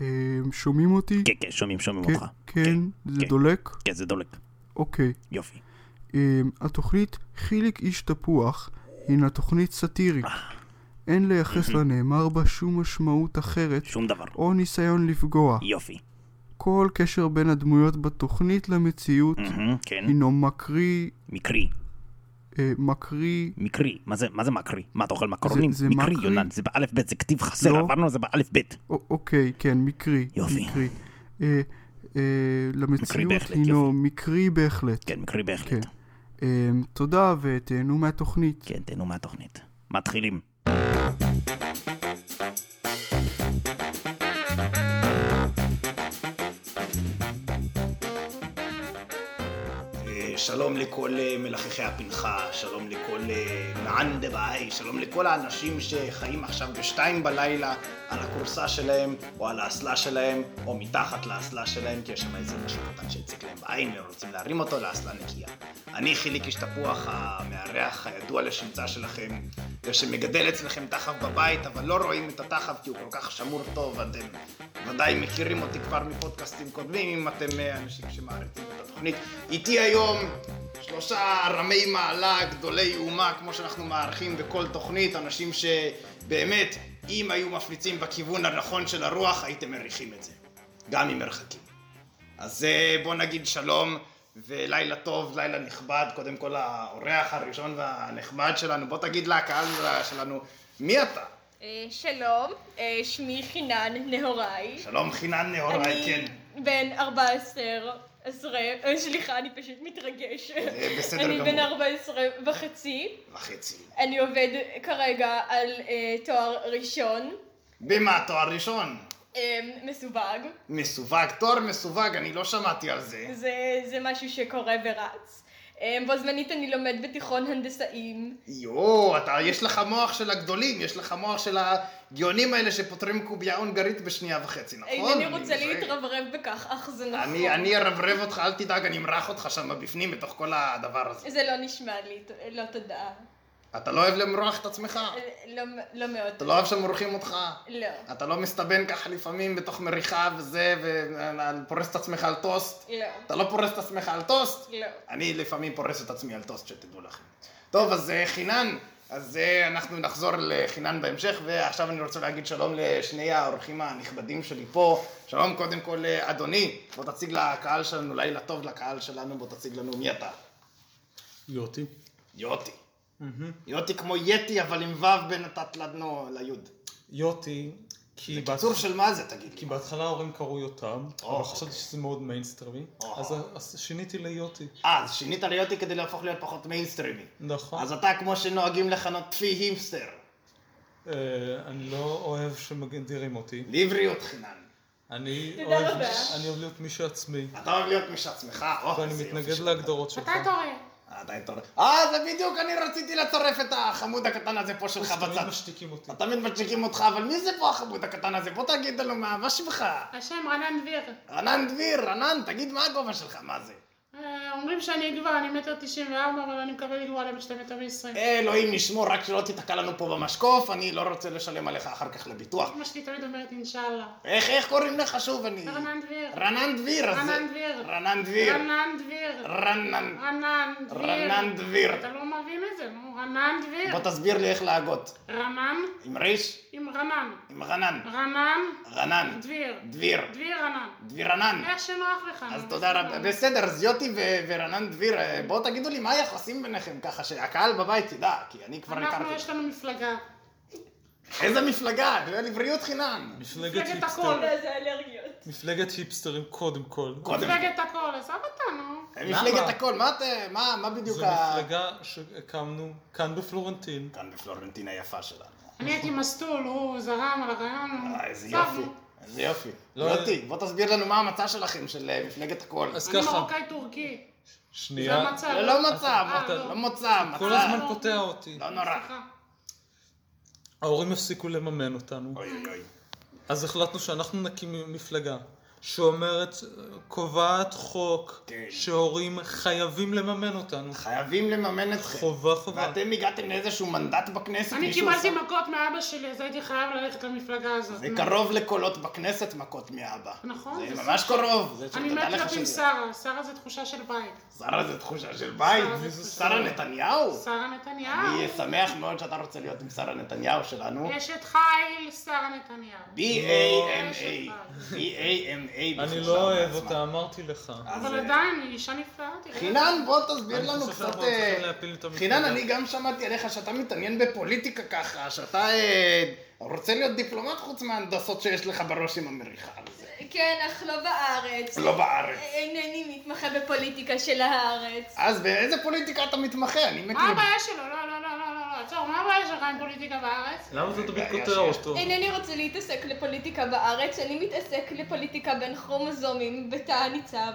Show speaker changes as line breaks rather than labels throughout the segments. אמ, שומעים אותי?
כן, כן, שומעים, שומעים
כן,
אותך.
כן, זה
כן.
דולק?
כן, זה דולק.
אוקיי.
יופי.
אמ, התוכנית חיליק איש תפוח הינה תוכנית סאטירית.
אה.
אין לייחס לנאמר בה שום משמעות אחרת
שום דבר.
או ניסיון לפגוע.
יופי.
כל קשר בין הדמויות בתוכנית למציאות
מהמם, כן.
הינו מקריא,
מקרי.
אה, מקריא,
מקרי. מה זה, מה זה מקרי? מה, אתה אוכל מקרונים?
זה
מקרי,
מקרי.
יונן. זה באלף בית, זה כתיב חסר,
לא.
עברנו על זה באלף בית.
א- אוקיי, כן, מקרי,
יופי.
מקרי. אה, אה, למציאות
בהחלט,
הינו מקרי בהחלט.
כן, מקרי
כן.
בהחלט.
אה, תודה ותהנו מהתוכנית.
כן, תהנו מהתוכנית. מתחילים.
אה, שלום לכל אה, מלחכי הפנחה, שלום לכל מען דבעי, שלום לכל האנשים שחיים עכשיו בשתיים בלילה על הכורסה שלהם, או על האסלה שלהם, או מתחת לאסלה שלהם, כי יש שם איזה משהו קטן שהציק להם בעין, והם רוצים להרים אותו לאסלה נקייה. אני חיליק איש תפוח, המארח הידוע לשמצה שלכם, זה שמגדל אצלכם תחב בבית, אבל לא רואים את התחב כי הוא כל כך שמור טוב, אתם ודאי מכירים אותי כבר מפודקאסטים קודמים, אם אתם אה, אנשים שמעריצים את התוכנית. איתי היום שלושה רמי מעלה, גדולי אומה, כמו שאנחנו מערכים בכל תוכנית, אנשים שבאמת, אם היו מפליצים בכיוון הנכון של הרוח, הייתם מריחים את זה. גם ממרחקים. אז אה, בוא נגיד שלום ולילה טוב, לילה נכבד, קודם כל האורח הראשון והנחמד שלנו, בוא תגיד לקהל שלנו מי אתה?
אה, שלום, אה, שמי חינן נהוראי.
שלום חינן נהוראי, כן.
אני בן 14, עשרה, אה, סליחה, אני פשוט מתרגש.
בסדר
אני
גמור.
בן 14 וחצי.
וחצי.
אני עובד כרגע על אה, תואר ראשון,
במה תואר ראשון?
אה, מסווג.
מסווג, תואר מסווג, אני לא שמעתי על זה.
זה, זה משהו שקורה ורץ. אה, בו זמנית אני לומד בתיכון הנדסאים.
יואו, אתה, יש לך מוח של הגדולים, יש לך מוח של הגאונים האלה שפותרים קובייה הונגרית בשנייה וחצי, נכון?
אינני רוצה
מזהה.
להתרברב בכך, אך זה נכון.
אני, אני ארברב אותך, אל תדאג, אני אמרח אותך שם בפנים, בתוך כל הדבר הזה.
זה לא נשמע לי, ת- לא תודה.
אתה לא אוהב למרוח את עצמך?
אה, לא, לא מאוד.
אתה לא אוהב שמורחים אותך?
לא.
אתה לא מסתבן ככה לפעמים בתוך מריחה וזה, ופורס את עצמך על טוסט?
לא.
אתה לא פורס את עצמך על טוסט?
לא.
אני לפעמים פורס את עצמי על טוסט, שתדעו לכם. טוב, אז אה, חינן, אז אה, אנחנו נחזור לחינן בהמשך, ועכשיו אני רוצה להגיד שלום לשני האורחים הנכבדים שלי פה. שלום קודם כל, אה, אדוני, בוא תציג לקהל שלנו, לילה טוב לקהל שלנו, בוא תציג לנו מי אתה.
יוטי.
יוטי. יוטי כמו יתי, אבל עם ו' בין התת נו ליוד.
יוטי, כי, בהתח-
קיצור של אה, אוקיי. מה זה, תגיד
כי
לי?
בהתחלה ההורים קראו יותם,
או,
אבל חשבתי שזה מאוד מיינסטרימי,
או.
אז- אז שיניתי ליוטי.
אה, אז שינית ליוטי כדי להפוך להיות פחות מיינסטרימי.
נכון.
אז אתה כמו שנוהגים לכנות פי הימסטר.
אה, אני לא אוהב שמגדירים אותי.
לבריאות חינן.
אני
תודה
אוהב
רבה.
אני אוהב להיות מי שעצמי,
אתה אוהב להיות משעצמך, או.
ואני
איזה אה, יופי
מתנגד
שאתה-
להגדרות שלך.
אה, אתה התעורר. אה, זה בדיוק, אני רציתי לצרף את החמוד הקטן הזה פה שלך
אז תמיד
בצד.
משתיקים אותי.
אתה תמיד משתיקים אותך, אבל מי זה פה החמוד הקטן הזה? בוא תגיד לנו מה, מה שמך?
השם רנן דביר.
רנן דביר, רנן, תגיד מה הגובה שלך, מה זה?
אה, אומרים שאני גבוהה, אני מטר תשעים וארבע, אבל אני מקבל גבוהה למשתי מטר ועשרים.
אלוהים ישמור, רק שלא תיתקע לנו פה במשקוף, אני לא רוצה לשלם עליך אחר כך לביטוח.
אמא שלי תמיד אומרת אינשאללה.
איך, איך קוראים לך שוב אני?
רנן דביר.
רנן דביר, אז זה-
רנן דביר.
רנן דביר.
רנן דביר.
רנן.
רנן דביר.
רנן דביר.
אתה לא מבין את זה, נו. רנן דביר.
בוא תסביר לי איך להגות.
רנן
עם ריש?
עם רנן.
עם רנן.
רנן
רנן.
דביר.
דביר.
דביר רנן.
דביר רנן.
איך שנוח לך.
אז
נו.
תודה רבה. בסדר, אז יוטי ו- ורנן דביר, אה, בואו תגידו לי מה היחסים ביניכם ככה שהקהל בבית ידע, כי אני כבר
אנחנו,
הכרתי.
יש לנו מפלגה.
איזה מפלגה, זה לבריאות חינם.
מפלגת
מפלגת
היפסטרים.
הכל.
לא, זה אלרגיות.
מפלגת היפסטרים קודם כל.
קודם.
מפלגת הכל, עזוב אותנו.
מפלגת הכל, מה את- מה מה
זו
בדיוק ה...
מפלגה שהקמנו כאן בפלורנטין.
כאן בפלורנטין היפה שלנו.
אני הייתי מסטול, הוא זרם על הרעיון. הוא-
אה, איזה
עזוב,
יופי,
נו.
איזה יופי.
לא,
יוטי, בוא תסביר לנו מה המצע שלכם של אה, מפלגת הכל.
אז
אני
ככה,
מרוקאי טורקי.
שנייה.
זה המצב.
לא, לא
אה,
מצע,
לא.
לא מצע,
כל
מצע.
הזמן קוטע אותי.
לא נורא.
סליחה.
ההורים הפסיקו לממן אותנו.
אוי אוי אוי.
אז החלטנו שאנחנו נקים מפלגה שאומרת, קובעת חוק
כן.
שהורים חייבים לממן אותנו.
חייבים לממן אתכם.
חובה חובה.
ואתם הגעתם לאיזשהו מנדט בכנסת?
אני
מישהו
קיבלתי
עשה-
מכות מאבא שלי, אז הייתי חייב ללכת למפלגה הזאת.
זה קרוב לקולות בכנסת מכות מאבא.
נכון,
זה
זה
ממש קרוב. זה
אני
שתדע
מת
לך
להיות עם
שזה-
שרה, שרה זה תחושה של בית.
שרה זה תחושה של בית.
שרה זה
מי זו
תחושה
שרה
של-
נתניהו?
שרה נתניהו.
אני שמח מאוד שאתה רוצה להיות עם שרה נתניהו שלנו.
אשת חיל, שרה נתניהו.
B-A-M-A. B-A-M-A.
אני
בחושה
לא אוהב
מעצמה.
אותה, אמרתי לך.
אז,
אבל
אה,
עדיין, היא אישה נפלאה, תראה.
חינן, בוא תסביר
אני
לנו
חושב שאנחנו
קצת...
צריכים
אה,
להפיל את המפלגה.
חינן, אני גם שמעתי עליך שאתה מתעניין בפוליטיקה ככה, שאתה אה, רוצה להיות דיפלומט חוץ מההנדסות שיש לך בראש עם המריחה על זה.
כן, אך לא בארץ.
לא בארץ.
אינני מתמחה בפוליטיקה של הארץ.
אז באיזה פוליטיקה אתה מתמחה? אני מת...
מה
לב-
הבעיה שלו? לא, לא, לא, לא, לא, לא, עצור, מה הבעיה שלך עם פוליטיקה בארץ?
למה אתה תמיד
בעיה
קוטע
שיש.
אותו?
אינני רוצה להתעסק לפוליטיקה בארץ, אני מתעסק לפוליטיקה בין כרומוזומים בתא הניצב.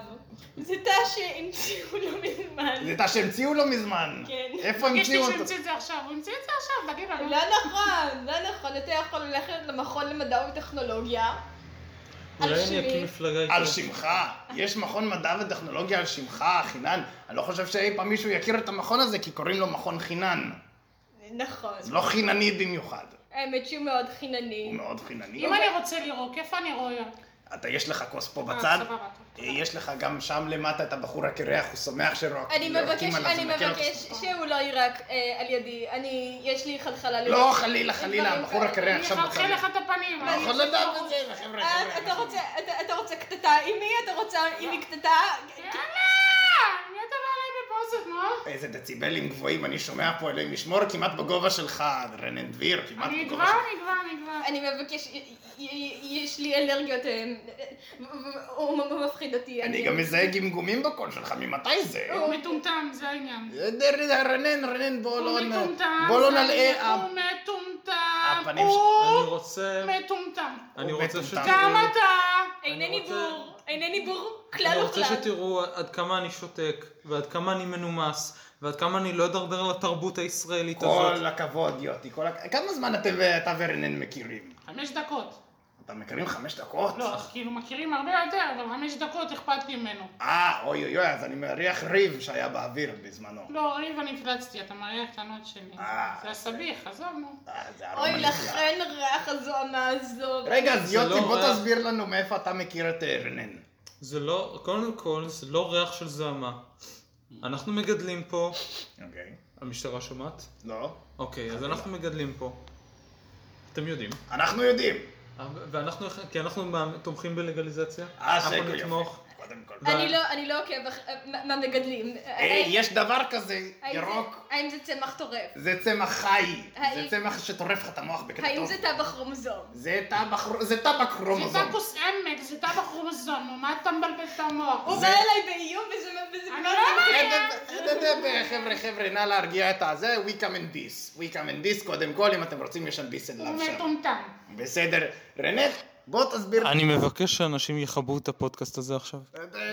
זה תא שהמציאו לא מזמן.
זה תא שהמציאו לא מזמן.
כן.
איפה
יש לי
המציאו לא אותו?
שהמציא את זה עכשיו, הוא המציא את זה עכשיו, תגיד לו.
לא נכון, לא נכון, אתה יכול ללכת למכון למדע וטכנולוגיה. על
אולי אני
שמי.
אקים מפלגה
על
איתו.
שמך. יש מכון מדע וטכנולוגיה על שמך, חינן. אני לא חושב שאי פעם מישהו יכיר את המכון הזה, כי קוראים לו מכון חינן.
נכון.
זה לא חינני במיוחד.
האמת שהוא מאוד
הוא
חינני.
מאוד חינני.
אם אני רוצה לירוק, איפה אני רואה?
אתה, יש לך כוס פה
אה,
בצד?
סבבה, טוב.
אה, יש לך גם שם למטה את הבחור הקרח, הוא שמח שרוק.
אני מבקש, אני מבקש
אותו.
שהוא לא יירק אה, על ידי. אני, יש לי חלחלה לב.
לא, חלילה, חלילה,
דברים
הבחור
כאלה.
הקרח
אני
שם
אחלחל
בחדר.
לך את הפנים.
לא
אני
יכול
אעשה
לדעת
פה-
את זה, חבר'ה,
אה,
חבר'ה.
אתה רוצה, אתה- אתה רוצה קטטה עם מי? אתה רוצה עם מי קטטה?
יאללה! מי אתה בא אליי בפוזות, נו?
איזה דציבלים גבוהים אני שומע פה, אלוהים ישמור, כמעט בגובה שלך, רנן דביר, כמעט
אני אגבר,
בגובה שלך.
אני אגבר, אני אגבר.
אני מבקש, י- י- יש לי אלרגיות, אה, הוא מפחיד אותי.
אני גם מזהה גמגומים בקול שלך, ממתי זה?
הוא מטומטם, זה העניין.
רנן, רנן, בוא
הוא
לא נ-
מטומטם,
בוא לא
זה
נלאה...
העניין.
אה,
הוא מטומטם,
הפנים ש-
הוא
אני רוצה...
מטומטם.
אני
הוא
רוצה
בטומטם.
ש...
גם אתה!
אינני
אני רוצה-
בור, אינני בור
אני
כלל
רוצה
וכלל.
שתראו עד כמה אני שותק, ועד כמה אני מנומס, ועד כמה אני לא אדרדר לתרבות הישראלית הזאת.
כל הכבוד, יוטי, כל הכ- כמה זמן אתם ואתה ורנן מכירים?
חמש דקות.
אתם מכירים חמש דקות?
לא, כאילו מכירים הרבה יותר, אבל חמש דקות אכפת לי ממנו.
אה, אוי אוי אוי, אז אני מריח ריב שהיה באוויר בזמנו.
לא, ריב אני הפלצתי, אתה מראה הקטנות שלי.
אה.
זה הסביח, עזוב נו.
אה, זה ארומה
אוי,
נפלאה.
לכן ריח הזוהמה הזו.
רגע, אז
זה
יוטי,
לא
בוא
רע.
תסביר לנו מאיפה אתה מכיר את אה, רנן.
זה לא, קודם כל, זה לא ריח של זוהמה. אנחנו מגדלים פה,
אוקיי.
המשטרה שומעת?
לא.
אוקיי, אז אנחנו מגדלים פה. אתם יודעים.
אנחנו יודעים.
ואנחנו, כי אנחנו מה- תומכים בלגליזציה.
אה,
אנחנו
שקר
נתמוך.
יפה. קודם כל.
ו-
אני לא, אני לא עוקב אח- מה- מהמגדלים.
אה,
היי, אה, יש דבר כזה,
האם זה-
ירוק,
האם זה צמח טורף?
זה צמח חי. זה
אה,
האם-
צמח שטורף לך את המוח בקטע
האם
טוב.
זה טבח כרומוזום?
זה טבק רו- זה טבק
זה
כרומוזום. אה,
טקוס עמק, זה טבח רומזון, נו, מה אתה מבלבל את המוח?
הוא בא אליי באיום וזה... וזה-
אני לא אמרתי.
אה, אה, אה, אה, חבר'ה, חבר'ה, נא להרגיע את הזה, we come in peace. we come in peace, קודם כל, אם אתם רוצים, יש שם peace and
הוא
love שם.
מטומטם.
בסדר. רנן, בוא תסביר.
אני מבקש שאנשים יכבו את הפודקאסט הזה עכשיו.
אה, אה,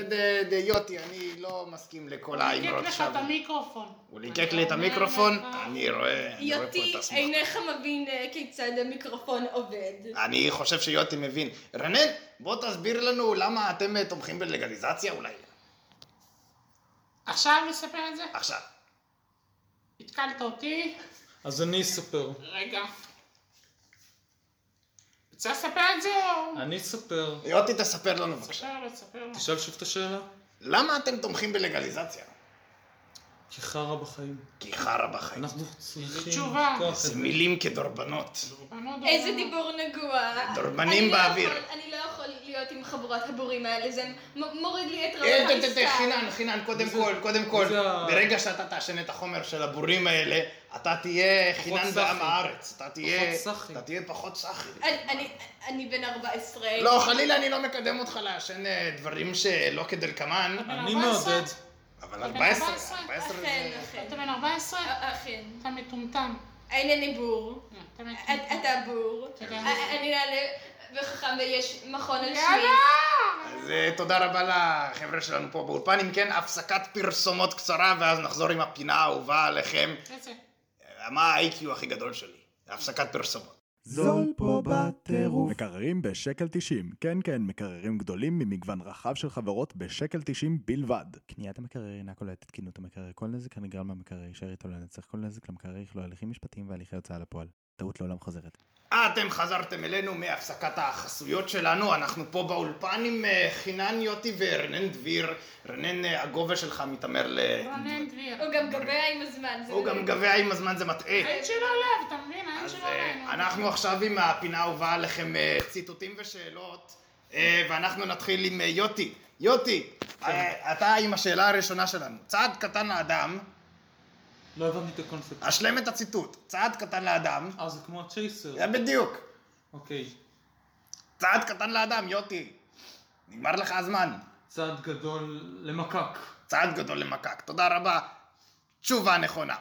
אה, יוטי, אני לא מסכים לכל
הוא ליקק
האמרות
לך
שם.
את המיקרופון.
לא
אה,
הוא ליקק לי את המיקרופון, אני
לא-
רואה, אני לא רואה פה
יוטי,
את הסמכות.
אינך מבין אה, כיצד המיקרופון עובד.
אני חושב שיוטי מבין. רנן, בוא תסביר לנו למה אתם אה, תומכים בלגליזציה אולי.
עכשיו לספר את זה?
עכשיו.
התקלת אותי.
אז אני אספר.
רגע. רוצה לספר את זה או...
אני אספר.
יוטי, תספר לנו בבקשה.
תספר לו, תספר לו.
תשאל שוב את השאלה.
למה אתם תומכים בלגליזציה?
כי חרא בחיים.
כי חרא בחיים.
אנחנו צריכים...
תשובה.
לפתוח את
זה
זה.
מילים כדורבנות.
בנות
איזה
דורבנות.
דיבור נגוע.
דורבנים
אני לא
באוויר.
יכול- אני לא יכול להיות עם חבורת הבורים האלה, זה מ- מוריד לי את רמת
אה, ת- ת- ת-
המשחק.
חינן, חינן, קודם
זה-
כל, קודם כל,
זה ה-
ברגע שאתה תעשן את החומר של הבורים האלה, אתה תהיה חינן
סחי.
בעם הארץ. אתה תהיה...
סחי.
אתה תהיה פחות סחי.
אני- אני- אני בן 14.
לא, חלילה, אני לא מקדם אותך לעשן אה, דברים שלא כדלקמן,
אתה בן
אני
14?
מעודד.
אבל
אבל
14,
14,
14
אכן,
זה...
אכן. אה,
אתה בן 14?
אכן.
אתה מטומטם. אה,
אינני בור.
אתה
את-
מטומטם.
אה, אתה בור.
תודה.
א- אני נעלה וחכם ויש מכון על שמי.
יאללה!
אז אה, תודה רבה לחבר'ה שלנו פה באולפן. אם כן, הפסקת פרסומות קצרה, ואז נחזור עם הפינה האהובה עליכם.
איזה?
אה, מה ה-IQ הכי גדול שלי? הפסקת פרסומות.
זול פה בטירוף.
מקררים בשקל 90. כן, כן, מקררים גדולים ממגוון רחב של חברות בשקל 90 בלבד.
קניית המקרר אינה כוללת את תקינות המקרר. כל נזק הנגרם מהמקרר יישאר איתו לנצח. כל נזק למקרר יכלול הליכים משפטיים והליכי הוצאה לפועל. טעות לעולם חוזרת.
אה, אתם חזרתם אלינו מהפסקת החסויות שלנו, אנחנו פה באולפן עם אה, חינן יוטי ורנן דביר. רנן, אה, הגובה שלך מתעמר ל...
רונן דביר.
הוא גם גבע עם הזמן. זה
הוא גם גבע עם הזמן, זה מטעה.
העין שלו עליו, אתה מבין? העין
אז
שלו
אה,
עלינו.
אנחנו עכשיו עם הפינה האהובה עליכם אה, ציטוטים ושאלות, אה, ואנחנו נתחיל עם אה, יוטי. יוטי, אה, אתה עם השאלה הראשונה שלנו. צעד קטן לאדם,
לא הבנתי את הקונספט.
אשלם את הציטוט. צעד קטן לאדם,
אה, זה כמו הצ'ייסר.
זה בדיוק.
אוקיי.
צעד קטן לאדם, יוטי. נגמר לך הזמן.
צעד גדול למקק.
צעד גדול למקק. תודה רבה. תשובה נכונה.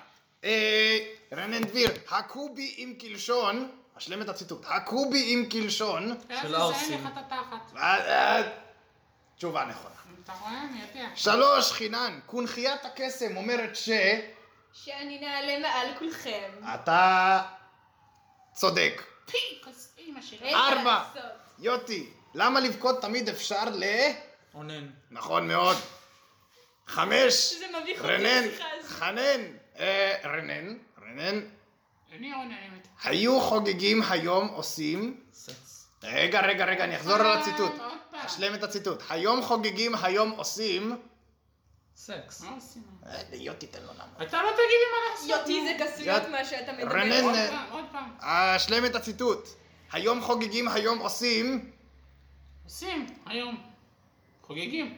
אה, רנן דביר, הכו בי עם קלשון, אשלם את הציטוט, הכו בי עם קלשון,
של
של
הערסים.
ארסים. לך את התחת.
אה, אה, תשובה נכונה.
אתה רואה? אני יודע.
שלוש, חינן, קונכיית הקסם אומרת ש...
שאני נעלה מעל כולכם.
אתה צודק.
פי! כוס אימא שלי.
אין מה
ארבע.
לעשות.
יוטי, למה לבכות תמיד אפשר ל...
אונן.
נכון מאוד. חמש,
זה מביך אותי,
רנן,
השיחה הזאת.
חנן, אה, רנן, רנן,
אה, אני רוננת.
היו חוגגים היום עושים...
סץ.
רגע, רגע, רגע, אני אחזור
אה,
על הציטוט.
עוד פעם.
אשלם את הציטוט. היום חוגגים, היום עושים...
סקס.
מה עושים?
אה, יוטי, תן לו לענות.
אתה לא תגיד לי מה לעשות.
יוטי
נו.
זה גסויות
יד-
מה שאתה מדבר.
רנן,
עוד
אה,
פעם, עוד פעם.
אשלם את הציטוט. היום חוגגים, היום עושים...
עושים, היום. חוגגים.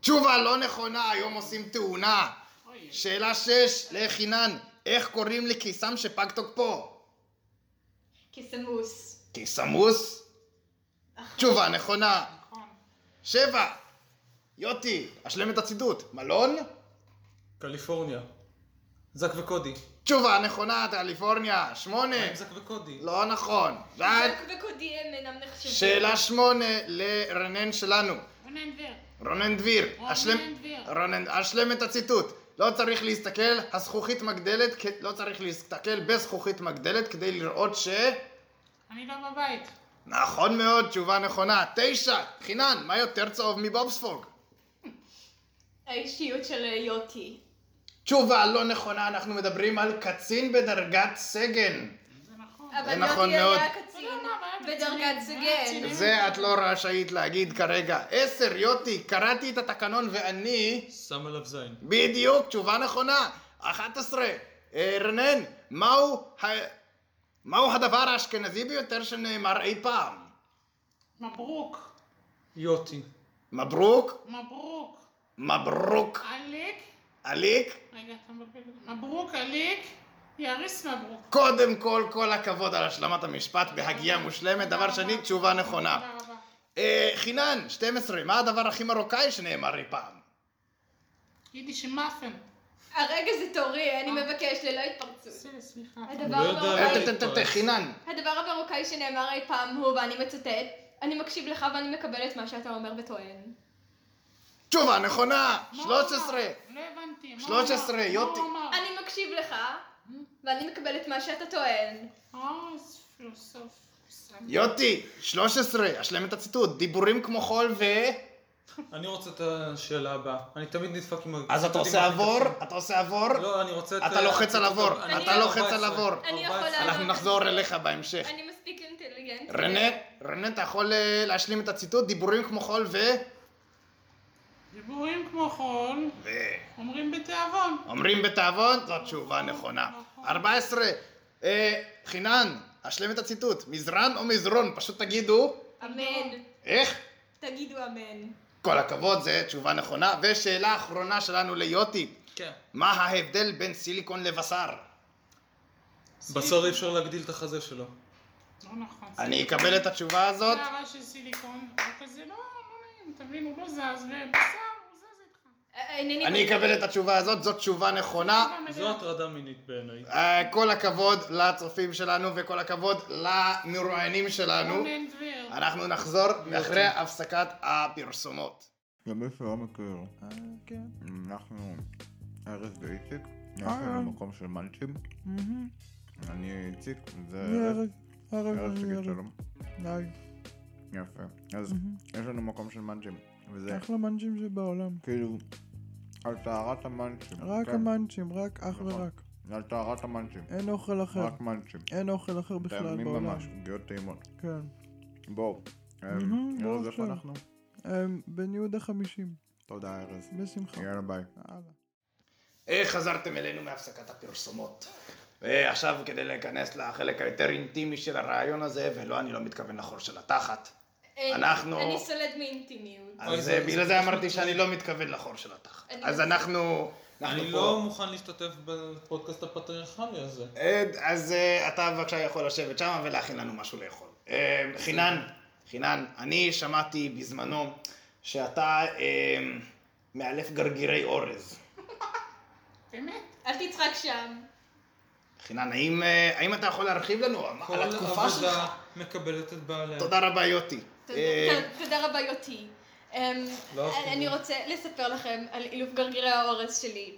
תשובה לא נכונה, היום עושים תאונה.
אוי,
שאלה שש, לחינן, איך קוראים לקיסם שפג תוקפו?
כסמוס.
קיסמוס? תשובה נכונה.
נכון.
שבע, יוטי, אשלם את הציטוט, מלון?
קליפורניה. זק וקודי.
תשובה נכונה, קליפורניה. שמונה,
מה עם כן, זק וקודי?
לא נכון.
זק
רק
וקודי הם אינם נחשבים.
שאלה שמונה לרנן שלנו.
רונן דביר.
רונן דביר,
רונן
אשלם,
דביר.
רונן, אשלם את הציטוט. לא צריך להסתכל, הזכוכית מגדלת, כ- לא צריך להסתכל בזכוכית מגדלת כדי לראות ש...
אני לא בבית.
נכון מאוד, תשובה נכונה. תשע, חינן, מה יותר צהוב מבובספוג?
האישיות של אה, יוטי.
תשובה לא נכונה, אנחנו מדברים על קצין בדרגת סגן.
זה נכון.
אבל
נכון
יוטי היה
מאוד.
קצין
אתה יודע מה הבעיה
בדרגת
בקצינים?
סגן.
מה
זה את לא רשאית להגיד כרגע. עשר, יוטי, קראתי את התקנון ואני...
שם עליו זין.
בדיוק, תשובה נכונה. אחת עשרה, אה, רנן, מהו, ה... מהו הדבר האשכנזי ביותר שנאמר אי פעם?
מברוק.
יוטי.
מברוק,
מברוק.
מברוק,
עליק.
עליק.
רגע, אתה מבלבל. מברוק, עליק. יאריס מברוק.
קודם כל, כל הכבוד על השלמת המשפט בהגייה מושלמת. דבר שני, תשובה נכונה.
תודה רבה.
אה, חינן, 12, מה הדבר הכי מרוקאי שנאמר אי פעם?
יידיש עם מאפן.
הרגע זה תורי, אני מבקש, ללא התפרצות.
בסדר, סליחה.
הדבר
לא יודע.
אה,
המרוקאי-
ת- ת- ת- חינן,
הדבר המרוקאי שנאמר אי פעם הוא, ואני מצטט, אני מקשיב לך ואני מקבל את מה שאתה אומר וטוען.
תשובה נכונה,
מה הוא
13.
אמר? לא הבנתי. מה הוא
13,
אמר?
יוטי.
מה הוא אמר?
אני מקשיב לך, ואני מקבל את מה שאתה טוען.
אה, איזה פילוסוף. בסדר.
יוטי, 13, אשלם את הציטוט, דיבורים כמו חול ו...
אני רוצה את השאלה הבאה. אני תמיד נדפק עם...
אז אתה עושה עבור, אתה עושה עבור,
לא, אני רוצה את...
אתה לוחץ על עבור,
אני- לא
אתה
לוחץ על
14.
עבור.
אני יכול
14.
לענות.
אנחנו נחזור אליך בהמשך.
אני מספיק אינטליגנט.
רנה, רנה, אתה יכול אה, להשלים את הציטוט, דיבורים כמו חול ו...
דיבורים כמו חול,
ו...
אומרים בתיאבון.
אומרים בתיאבון, זאת תשובה נכונה. 14, אה, חינן, אשלם את הציטוט, מזרן או מזרון, פשוט תגידו,
אמן.
איך?
תגידו אמן.
כל הכבוד, זו תשובה נכונה. ושאלה אחרונה שלנו ליוטי,
כן.
מה ההבדל בין סיליקון לבשר?
בשר אי אפשר להגדיל את החזה שלו.
לא נכון.
אני אקבל את התשובה
זה
הזאת.
הרעש של סיליקון. הוא כזה לא, לא נעים, אתה מבין, הוא לא זז, ובשר, הוא זז איתך.
אה, אינני...
אני אקבל את התשובה הזאת, זאת תשובה
"לא,
נכונה.
זו הטרדה מינית בעיניי.
אה, כל הכבוד לצופים שלנו וכל הכבוד למרואיינים שלנו.
רונן דביר.
אנחנו נחזור אחרי הפסקת הפרסומות.
גם מי שלא מכיר.
כאילו.
אה, כן. אה, אנחנו ארז ואיציק. אנחנו במקום של מאלצ'ים. אני איציק, זה ארז.
אל תגיד שלום. יפה. אז יש לנו מקום של מאנצ'ים. וזה
אחלה מאנצ'ים שבעולם.
כאילו, על טהרת המאנצ'ים.
רק
כן,
המאנצ'ים, רק אך
נכון.
ורק.
על טהרת המאנצ'ים.
אין אוכל אחר.
רק מאנצ'ים.
אין אוכל אחר בכלל
טעמים
בעולם.
כן, ממש, עוגיות טעימות.
כן.
בואו. אה,
מהמם, בואו
ארז, איפה
עכשיו.
אנחנו?
אמ, בן יהודה חמישים.
תודה ארז.
בשמחה.
יאללה ביי.
הלאה.
אה, חזרתם אלינו מהפסקת הפרסומות. ועכשיו כדי להיכנס לחלק היותר אינטימי של הרעיון הזה, ולא, אני לא מתכוון לחור של התחת.
אין,
אנחנו-
אה, אני סולד מאינטימיות.
אוי,
אז
זה-
אה, בגלל
זה
זה
פשוט
אמרתי שאני
מצחיק.
לא מתכוון לחור של התחת.
אני
אז
מצ-
אנחנו... אנחנו
אני
פה-
לא מוכן להשתתף בפודקאסט הפטריארכלי הזה.
אה, אז אה, אתה בבקשה יכול לשבת שם ולהכין לנו משהו לאכול. אה, חינן, חינן, אני שמעתי בזמנו שאתה אה, מאלף גרגירי אורז.
באמת?
אל תצחק שם.
חינן, האם, אה, האם אתה יכול להרחיב לנו
כל
על התקופה שלך?
עבודה מקבלת את בעליה.
תודה רבה יוטי.
תודה-
אה,
ת- תודה רבה יותי. אמ,
לא,
אני- אני רוצה לספר לכם על אילוף גרגירי האורז שלי.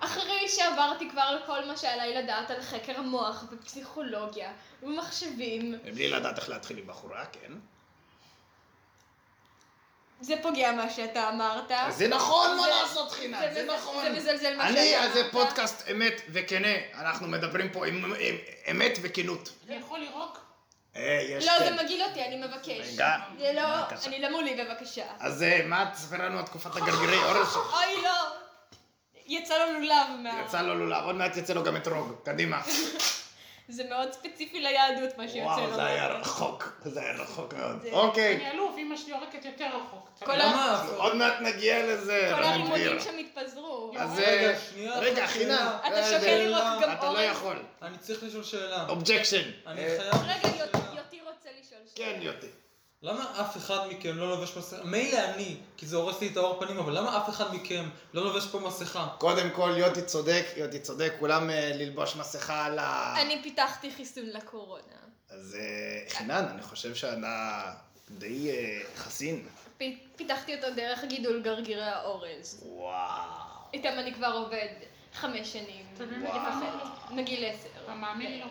אחרי שעברתי כבר על כל מה שעליי לדעת על חקר המוח ופסיכולוגיה ומחשבים,
בלי לדעת איך להתחיל עם בחורה, כן?
זה פוגע מה שאתה אמרת.
אז זה נכון, מה
אה? זה-
לעשות חינם,
זה
זה
מזל-
נכון.
זה מזלזל מה
אני,
שאתה
אז זה
אמרת.
פודקאסט אמת וכנה, אנחנו מדברים פה עם עם- אמת וכנות.
אני יכול לירוק?
אה, יש...
לא,
כן.
זה מגעיל אותי, אני מבקש.
רגע,
זה לא,
בבקשה.
אני לא מולי, בבקשה.
אז אה, מה תספר לנו על תקופת הגרגירי אורז שלך?
אוי, לא. יצא לו לולב מה...
יצא לו לולב, עוד מעט יצא לו גם אתרוג, קדימה.
זה מאוד ספציפי ליהדות, מה שיוצא לו.
וואו, זה היה רחוק, זה היה רחוק מאוד.
זה-
אוקיי,
אני אלוף, אמא שלי יורקת יותר רחוק.
כל ה-
למה?
עוד מעט נגיע לזה.
כל
רמון
הרימונים
דביר.
שם התפזרו.
אז
רגע,
אה,
שנייה,
רגע,
אחת
חינם.
שאלה.
אתה
אה,
שוקל
זה-
לראות גם
אתה לא
אורז?
יכול.
אני צריך לשאול שאלה.
אובג'קשן.
אני
אוקיי. אה,
חייב
רגע,
לשאול
יותי-
שאלה.
יותי רוצה לשאול שאלה.
כן, יוטי.
למה אף אחד מכם לא לובש מסכה? מילא אני, כי זה הורס לי את העור פנים, אבל למה אף אחד מכם לא לובש פה מסכה?
קודם כל, יוטי צודק, יוטי צודק, כולם אה, ללבוש מסכה על ה...
אני פיתחתי חיסון לקורונה.
אז אה, חינן, אני חושב שאתה די אה, חסין.
פי- פיתחתי אותו דרך גידול גרגירי האורז.
וואו.
איתם אני כבר עובד חמש שנים.
אתה באמת מאמין לו?
לפחות. מגיל עשר.
אתה מאמין לו?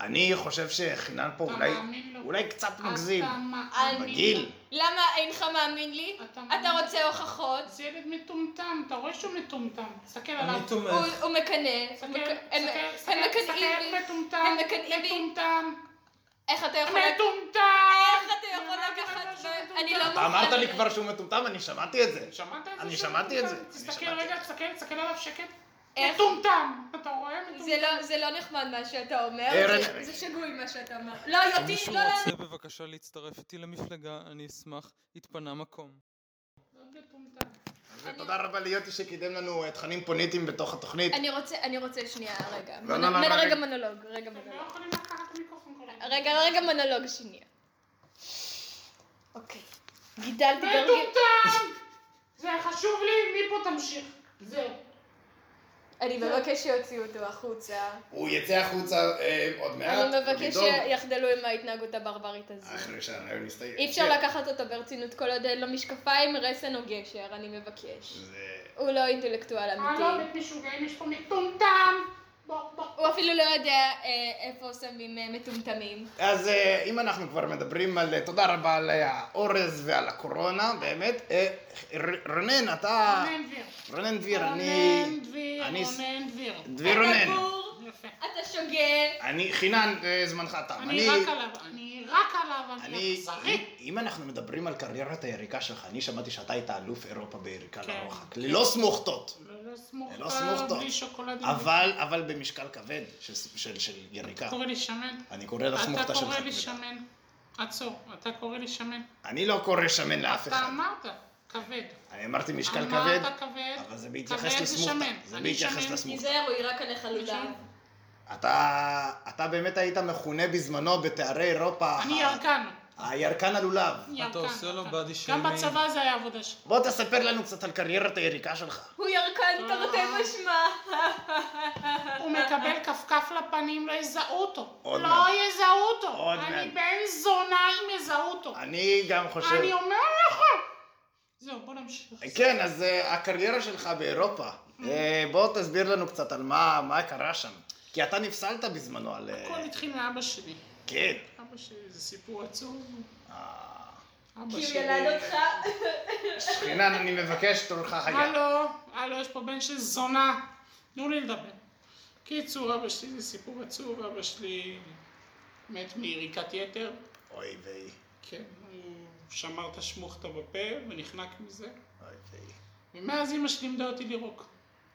אני חושב שחינן פה
אתה
אולי,
מאמין לו?
אולי קצת מגזים.
אתה מאמין לו?
מגעיל.
למה אינך מאמין לי?
אתה
אתה
מאמין.
רוצה הוכחות?
זה ילד מטומטם, אתה רואה שהוא מטומטם. תסתכל עליו.
אני תומך.
הוא הוא מקנא.
תסתכל,
הוא מק- הם-
תסתכל,
הם
תסתכל,
מקנאים
תסתכל,
בי.
מטומטם,
הם מקנאים בי.
מטומטם,
איך אתה יכול... לק-
מטומטם.
איך אתה יכול
אמרתי לך
לקחת...
שהוא
ב-
מטומטם.
אני לא מוכן...
אתה אמרת לי כבר שהוא מטומטם, אני שמעתי את זה.
שמעת את זה?
אני
שהוא
שמעתי את
מטומטם?
זה. אני
תסתכל
שמעתי.
רגע, תסתכל, תסתכל עליו שקט.
איך?
מטומטם. אתה רואה מטומטם?
זה לא, זה לא נחמד מה שאתה אומר,
ארז-
זה- זה שגוי מה שאתה אומר. לא, יותי,
מישהו
לא, לא,
רוצה בבקשה להצטרף איתי למפלגה, אני אשמח, התפנה מקום.
זה מטומטם.
אז תודה רבה ליוטי שקידם לנו אה, תכנים פוליטיים בתוך התוכנית.
אני רוצה, אני רוצה שנייה, רגע.
לא,
מונ-
לא, לא,
רגע
רגע.
מונולוג, רגע
אתם
מונולוג.
לא יכולים לקחת את המיקרופון כל הזמן.
רגע, רגע מונולוג שנייה. אוקיי. גידלתי גרגיר...
מטומטם! זה חשוב לי, מפה תמשיך. זהו.
אני מבקש שיוציאו אותו החוצה.
הוא יצא החוצה אה, עוד מעט.
אני
הוא אה,
מבקש
ידאוג.
שיחדלו עם ההתנהגות הברברית הזו.
אחרי שהרעיון יסתיים.
אי אפשר
כן.
לקחת אותו ברצינות כל עוד אין לו משקפיים, רסן או גשר, אני מבקש.
זה-
הוא לא אינטלקטואל
הלו,
אמיתי.
בית משוגעים, יש פה מטומטם! בוא, בוא.
הוא אפילו לא יודע אה, איפה שמים אה, מטומטמים.
אז אה, אם אנחנו כבר מדברים על... אה, תודה רבה על האורז ועל הקורונה, באמת. אה, ר- רונן, אתה...
רונן דביר.
רונן אה, דביר, אני...
רונן דביר,
אני-
רונן דביר.
דביר
אתה
רונן.
בור,
יפה.
אתה שוגה.
אני... חינן, אה, זמנך תם.
אני רק עליו, אני רק עליו, אני
אני,
אכזרי.
אם אנחנו מדברים על קריירת היריקה שלך, אני שמעתי שאתה היית אלוף אירופה ביריקה
כן.
לרוחק, ללא סמוכתות,
לא
לא
סמוכתה,
סמוכתות.
בלי שוקולד.
אבל, אבל במשקל כבד של, של, של יריקה.
קורא לי שמן.
אני קורא לך
אתה
לא סמוכתה שלך.
קורא לי
כבדה.
שמן. עצור, אתה קורא לי שמן.
אני לא קורא שמן לאף
אתה
אחד.
אמרת, כבד.
אני אמרתי משקל כבד,
אמרת כבד.
אבל זה בהתייחס
כבד
לסמוכתה.
שמן.
זה
אני
בהתייחס
שמן.
לסמוכתה.
תיזהר, הוא יירק עליך לולב.
אתה, אתה באמת היית מכונה בזמנו בתארי אירופה
אני
ה-
ירקן.
הירקן הלולב.
ירקן.
עושה לו
ירקן.
body
גם
shaming.
בצבא זה היה עבודה שלי.
בוא תספר לנו קצת על קריירת היריקה שלך.
הוא ירקן תרתי משמע.
הוא מקבל כפכף לפנים, לא יזהו אותו.
עוד
לא
מעט.
יזהו אותו.
עוד
אני
מעט.
בן זונה אם יזהו אותו.
אני גם חושב...
אני אומר לך. זהו, בוא נמשיך.
כן, אז אה, הקריירה שלך באירופה, אה, בוא תסביר לנו קצת על מה מה קרה שם. כי אתה נפסלת בזמנו על... אה,
הכל התחיל מאבא שלי.
כן.
אבא שלי זה סיפור עצוב.
אה,
אבא
כי הוא
שלי.
ילד אותך.
שכינן, אני מבקש תורך היה.
הלו, הלו, יש פה בן של זונה. תנו לי לדבר. קיצור, אבא שלי זה סיפור עצוב, אבא שלי מת מיריקת יתר.
אוי ויי,
כן, הוא שמר את השמוכתה בפה ונחנק מזה.
אוי ויי.
ומאז אמא שלי לימדה אותי לירוק.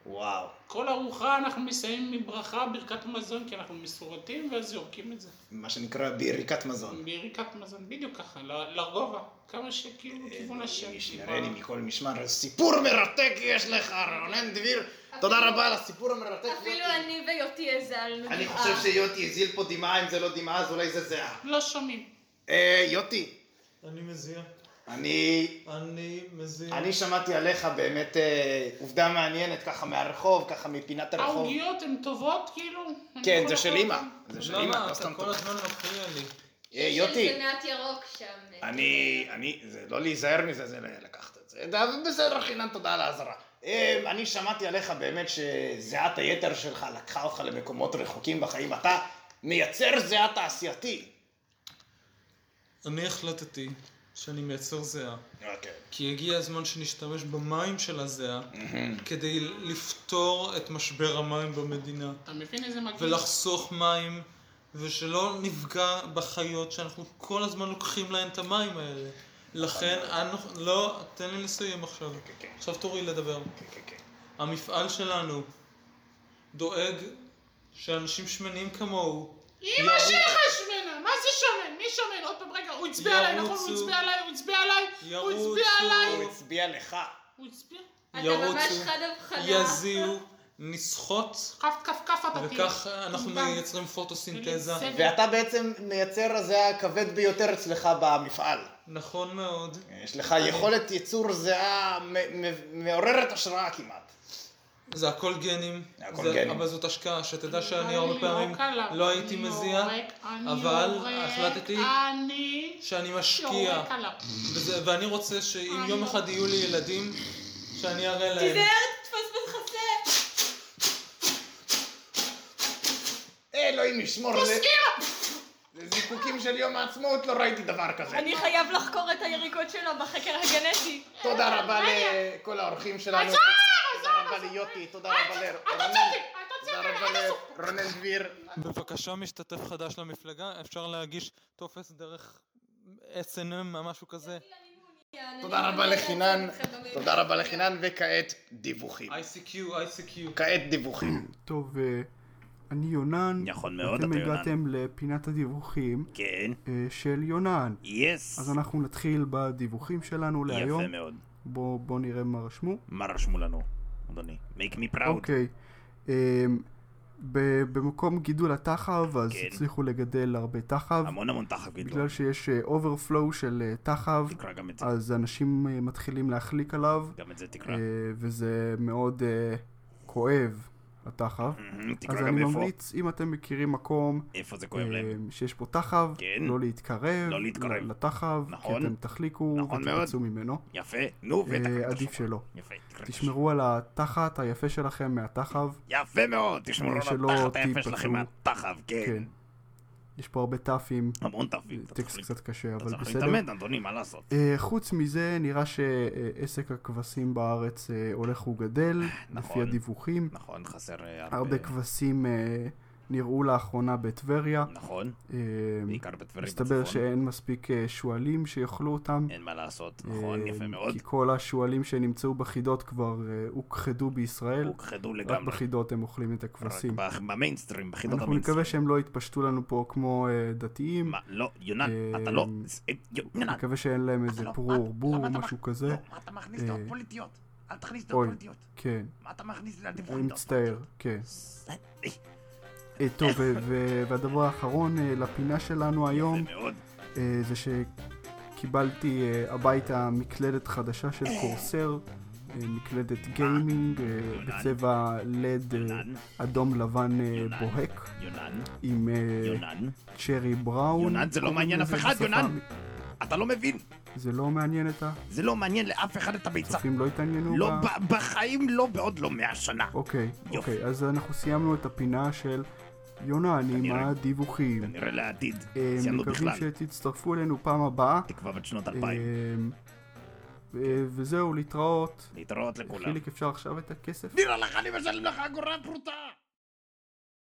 וואו.
כל ארוחה אנחנו מסיימים עם ברכה, ברכת מזון, כי אנחנו מסורתיים, ואז יורקים את זה.
מה שנקרא ביריקת מזון.
ביריקת מזון, בדיוק ככה, ל- לגובה. כמה שכאילו לכיוון השם.
אה, נראה לי מכל משמר. סיפור מרתק יש לך, רונן דביר. תודה רבה על הסיפור המרתק.
אפילו
יוטי.
אני ויותי הזלנו.
אני
דמעה.
חושב שיוטי הזיל פה דמעה, אם זה לא דמעה, אז אולי זה זהה.
לא שומעים.
אה, יוטי,
אני מזיע.
אני
אני מזיע.
אני שמעתי עליך באמת אה, עובדה מעניינת, ככה מהרחוב, ככה מפינת הרחוב.
העוגיות הן טובות, כאילו? אני
נכון. כן,
יכול
זה של
לאכול
אימא.
אותן?
זה של אימא,
למה
לא
אתה
סתם
כל
טוב.
הזמן מפריע לי?
אה,
של
יוטי,
זנת ירוק שם.
אני, אני, זה לא להיזהר מזה, זה לקחת את זה. ד- בסדר, חינן, תודה על העזרה. אה, אני שמעתי עליך באמת שזיעת היתר שלך לקחה אותך למקומות רחוקים בחיים. אתה מייצר זיעה תעשייתי.
אני החלטתי שאני מייצר זיעה.
אוקיי.
כי הגיע הזמן שנשתמש במים של הזיעה כדי לפתור את משבר המים במדינה
אתה מבין איזה מגניב?
ולחסוך מים ושלא נפגע בחיות שאנחנו כל הזמן לוקחים להן את המים האלה. לכן, אנו- לא, תן לי לסיים עכשיו.
כן.
עכשיו תורי לדבר.
כן, כן, כן.
המפעל שלנו דואג שאנשים שמנים כמוהו
אמא שלך שמנה, מה זה שמן? מי שמן? עוד פעם, רגע, הוא הצביע עליי, נכון? הוא
ירוצו.
הצביע עליי, הוא הצביע עליי, הוא
ירוצו.
הצביע
הוא
עליי.
הצביע לך.
הוא הצביע?
אתה
ירוצו,
ממש חד
לא.
הבחנה.
יזיעו, נסחוט,
כף כף כף אתה תהיה.
וכך אנחנו
כמובן.
מייצרים פוטוסינתזה.
ולצבע.
ואתה בעצם מייצר הזיעה הכבד ביותר אצלך במפעל.
נכון מאוד.
יש לך יכולת ייצור זהה מ- מ- מעוררת השראה כמעט.
זה הכל גנים,
זה הכל
זה-
גנים.
אבל זאת השקעה, שתדע שאני
אני
הרבה פעמים
יורק עליו,
לא הייתי
אני
מזיע,
יורק, אני
אבל
יורק,
החלטתי
אני
שאני משקיע,
יורק עליו.
וזה- ואני רוצה שאם
אני
יום
יורק.
אחד יהיו לי ילדים, שאני אראה להם.
תיזהר, תתפוס בחסה.
אלוהים ישמור. זה- זה זיקוקים של יום העצמאות, לא ראיתי דבר כזה.
אני חייב לחקור את היריקות שלו בחקר הגנטי.
תודה רבה
רגע.
לכל האורחים שלנו.
עזוב,
תודה רבה ליוטי, תודה רבה
אל
לרונן.
תוציא אותי, אל תוציא
תודה
אותי,
רבה
אל תעשו.
לרונן דביר.
בבקשה משתתף חדש למפלגה, אפשר להגיש טופס דרך SNM או משהו כזה.
תודה רבה לחינן. תודה רבה לחינן, וכעת דיווחים.
ICQ, ICQ.
כעת דיווחים.
טוב, אה, אני יונן.
נכון מאוד,
אתם
אתה יונן.
הגעתם לפינת הדיווחים
כן,
אה, של יונן.
יס.
אז אנחנו נתחיל בדיווחים שלנו להיום.
יפה מאוד.
בואו בוא נראה מה רשמו.
מה רשמו לנו, אדוני? make me proud.
אוקיי. אמ, ב- במקום גידול התחב, אז
כן.
הצליחו לגדל הרבה תחב.
המון המון תחת גידול.
בגלל שיש אוברפלואו של אה, תחב,
תקרא גם את זה.
אז אנשים אה, מתחילים להחליק עליו,
גם את זה תקרא.
אה, וזה מאוד אה, כואב, התחב.
מהמם, תקרא
אז
גם
אני
איפה.
ממליץ, אם אתם מכירים מקום
איפה זה כואב להם.
אה, שיש פה תחב,
כן.
לא להתקרב
לא להתקרב.
ל- לתחב, כי
נכון.
אתם תחליקו
נכון מאוד.
ותפצו ממנו.
יפה, נו,
אה,
ותקרא את
עדיף
השורה.
שלא.
יפה, תקרא את השורה.
תשמרו על התחת היפה שלכם מהתחב.
יפה מאוד, לא תשמרו על
שלא
התחת היפה
תיפצעו.
שלכם מהתחב,
כן.
כן.
יש פה הרבה ת"פים,
המון תחבים. אתה
טקסט
צריך-
קצת קשה,
אתה
אבל
צריך
בסדר.
להתאמן, אדוני, מה לעשות?
אה, חוץ מזה, נראה שעסק הכבשים בארץ אה, הולך וגדל, אה, לפי
נכון.
הדיווחים.
נכון, חסר אה,
הרבה
הרבה.
כבשים אה, נראו לאחרונה בטבריה.
נכון,
אה,
בעיקר בטבריה.
מסתבר
בצפון.
שאין מספיק אה, שועלים שיאכלו אותם.
אין מה לעשות, נכון,
אה,
יפה מאוד.
כי כל השועלים שנמצאו בחידות כבר אה, הוכחדו בישראל.
הוכחדו
רק
לגמרי.
בחידות הם אוכלים את הכבשים.
רק ב- במיינסטרים, בחידות
אנחנו
המיינסטרים.
נקווה שהם לא יתפשטו לנו פה כמו אה, דתיים.
מה, לא, יונן,
אה,
אתה לא... אה, יונן,
נקווה שאין להם איזה
לא,
פרור
מה-
בור
למה
או
אתה
משהו
מכ-
כזה.
לא, מה אתה מכניס דעות
אה,
פוליטיות? אל תכניס
אוי.
דעות פוליטיות.
כן,
מה אתה מכניס
אני
לדיווחים דעות
מצטער, כן.
פוליטיות? אה,
אה, טוב, ו- ו- והדבר האחרון אה, לפינה שלנו היום,
יפה מאוד.
אה, זה שקיבלתי אה, הביתה מקלדת חדשה של קורסר, אה, מקלדת גיימינג, אה, בצבע לד אה,
יונן,
אדום לבן אה,
יונן.
בוהק,
יונן,
עם אה,
יונן,
צ'רי בראון.
יונן, זה לא
קוראים
מעניין
לזה
אף אחד,
בשפה
יונן.
המ-
אתה לא מבין,
זה לא מעניין את
זה לא מעניין לאף אחד את הביצה.
הצופים, לא התעניינו
לא,
ב-
ב- בחיים לא בעוד לא מאה שנה.
אוקיי,
יופי.
אוקיי, אז אנחנו סיימנו את הפינה של יונה, אני עם
כנראה.
הדיווחים.
כנראה לעתיד.
אה,
סיימנו
מקווים
בכלל.
שתצטרפו אלינו פעם הבאה.
תקווה בת שנות
אה,
אלפיים.
אה, וזהו, להתראות.
להתראות לכולם.
חיליק, אפשר עכשיו את הכסף?
נראה לך אני משלם לך אגורה פרוטה!